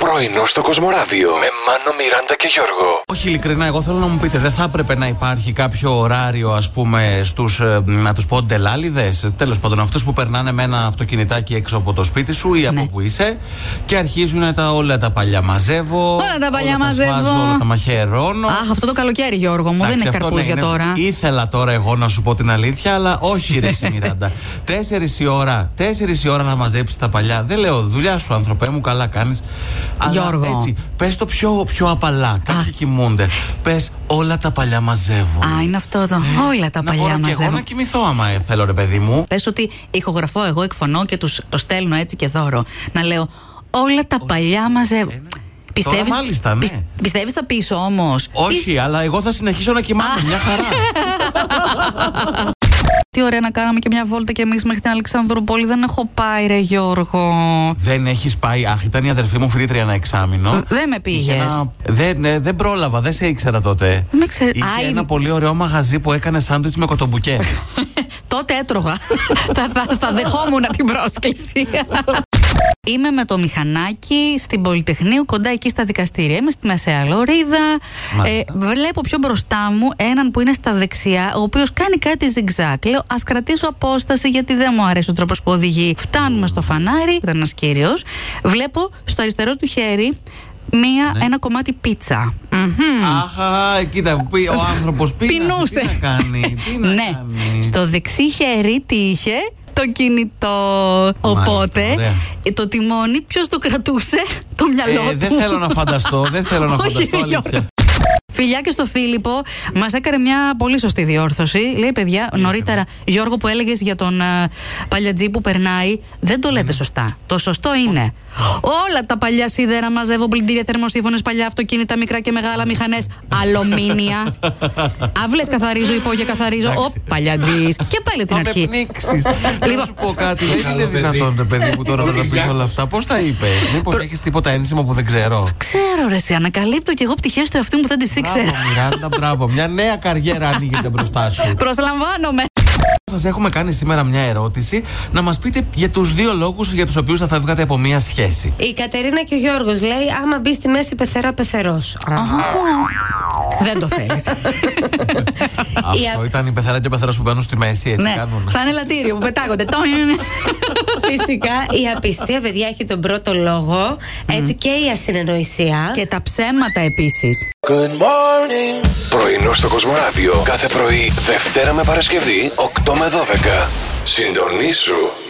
Πρωινό στο Κοσμοράδιο με Μάνο, Μιράντα και Γιώργο. Όχι, ειλικρινά, εγώ θέλω να μου πείτε, δεν θα έπρεπε να υπάρχει κάποιο ωράριο, ας πούμε, στους. να τους πω ντελάλιδες. Τέλος πάντων, αυτούς που περνάνε με ένα αυτοκινητάκι έξω από το σπίτι σου ή από Ναι. που είσαι και αρχίζουν τα, όλα τα παλιά μαζεύω. Όλα τα παλιά όλα μαζεύω. Τα σβάζω, όλα τα μαχαιρώνω. Αχ, αυτό το καλοκαίρι, Γιώργο μου, δεν Εντάξει, έχει αυτό, ναι, καρπούζια είναι- τώρα. Ήθελα τώρα εγώ να σου πω την αλήθεια, αλλά όχι ρε Σιμιράντα. Τέσσερις η ώρα, τέσσερις η ώρα να μαζέψεις τα παλιά. Δεν λέω δουλειά σου, ανθρωπέ μου, καλά κάνεις. Αλλά Γιώργο. έτσι, πες το πιο, πιο απαλά. Κάποιοι κοιμούνται. Πες όλα τα παλιά μαζεύω. Α, είναι αυτό το. Όλα τα Ναι. να μπορώ παλιά και εγώ μαζεύω. να κοιμηθώ άμα θέλω ρε παιδί μου. Πες ότι ηχογραφώ, εγώ εκφωνώ και τους, το στέλνω έτσι και δώρο. Να λέω όλα τα παλιά μαζεύω. Πιστεύεις, Ε, ναι. μάλιστα, ναι. πι- πιστεύεις θα πεις όμως Όχι, αλλά εγώ θα συνεχίσω να κοιμάμαι. Μια χαρά. Τι ωραία να κάναμε και μια βόλτα και εμείς μέχρι την Αλεξανδρούπολη Δεν έχω πάει ρε Γιώργο Δεν έχεις πάει. Αχ, ήταν η αδερφή μου φοιτήτρια ένα εξάμεινο. Δεν με Είχε πήγες ένα- Δεν, ναι, δεν πρόλαβα, δεν σε ήξερα τότε. Δεν με ξε- Είχε Α, ένα είναι- πολύ ωραίο μαγαζί που έκανε σάντουιτς με κοτομπουκέ. Τότε έτρωγα. θα, θα, θα δεχόμουν την πρόσκληση. Είμαι με το μηχανάκι στην Πολυτεχνείου, κοντά εκεί στα δικαστήρια. Είμαι στη Μεσαία Λωρίδα. Ε, Μάλιστα. βλέπω πιο μπροστά μου έναν που είναι στα δεξιά, ο οποίος κάνει κάτι ζιγζάκ. Λέω, ας κρατήσω απόσταση, γιατί δεν μου αρέσει ο τρόπος που οδηγεί. Φτάνουμε στο φανάρι, ήταν ένας κύριος. Βλέπω στο αριστερό του χέρι μία, ένα κομμάτι πίτσα. Μμμ. Αχα, κοίτα, πει- ο άνθρωπος πίνασε. Πεινούσε. Τι να κάνει, τι να ναι. κάνει. Στο δεξί χέρι τι είχε, το κινητό. Οπότε ωραία. ε, το τιμόνι, ποιος το κρατούσε, το μυαλό Ε, του. δεν θέλω να φανταστώ, δεν θέλω να Όχι, φανταστώ ρε, αλήθεια. Γιώργο. Φιλιά και στο Φίλιππο, μας έκανε μια πολύ σωστή διόρθωση. Λέει, παιδιά, νωρίτερα, Γιώργο που έλεγες για τον α, παλιατζή που περνάει, δεν το Ναι. λέτε σωστά. Το σωστό είναι. Όλα τα παλιά σίδερα μαζεύω, πλυντήρια, θερμοσύφωνε, παλιά αυτοκίνητα, μικρά και μεγάλα μηχανές, αλουμίνια. Αυλές καθαρίζω, υπόγεια καθαρίζω. Ο παλιατζή. Και πάλι την Θα με αρχή. πνίξεις. Να Λοιπόν. σου πω κάτι. Δεν είναι δυνατόν, ρε παιδί μου, τώρα να τα πεις όλα αυτά. Πώς τα είπε, Μήπως έχεις τίποτα ένσημα που δεν ξέρω. Ξέρω, ρε, σε ανακαλύπτω κι εγώ πτυχές του εαυτού μου που δεν τι Μπράβο, ήξερα. Μιράντα, μπράβο. Μια νέα καριέρα ανοίγεται μπροστά σου. Προσλαμβάνομαι. Σας έχουμε κάνει σήμερα μια ερώτηση να μας πείτε για τους δύο λόγους για τους οποίους θα φεύγατε από μια σχέση. Η Κατερίνα και ο Γιώργος λέει άμα μπεις στη μέση πεθερά πεθερός. Δεν το θέλεις. Αυτό ήταν η πεθαρά και ο πεθαρά που μπαίνουν στη μέση, έτσι Ναι, κάνουν. σαν ελαττήριο που πετάγονται. Το- Φυσικά η απιστία παιδιά έχει τον πρώτο λόγο έτσι και η ασυνεννοησία. Και τα ψέματα επίσης. Πρωινό στο Κοσμοράδιο κάθε πρωί, Δευτέρα με Παρασκευή, 8 με 12. Συντονίσου.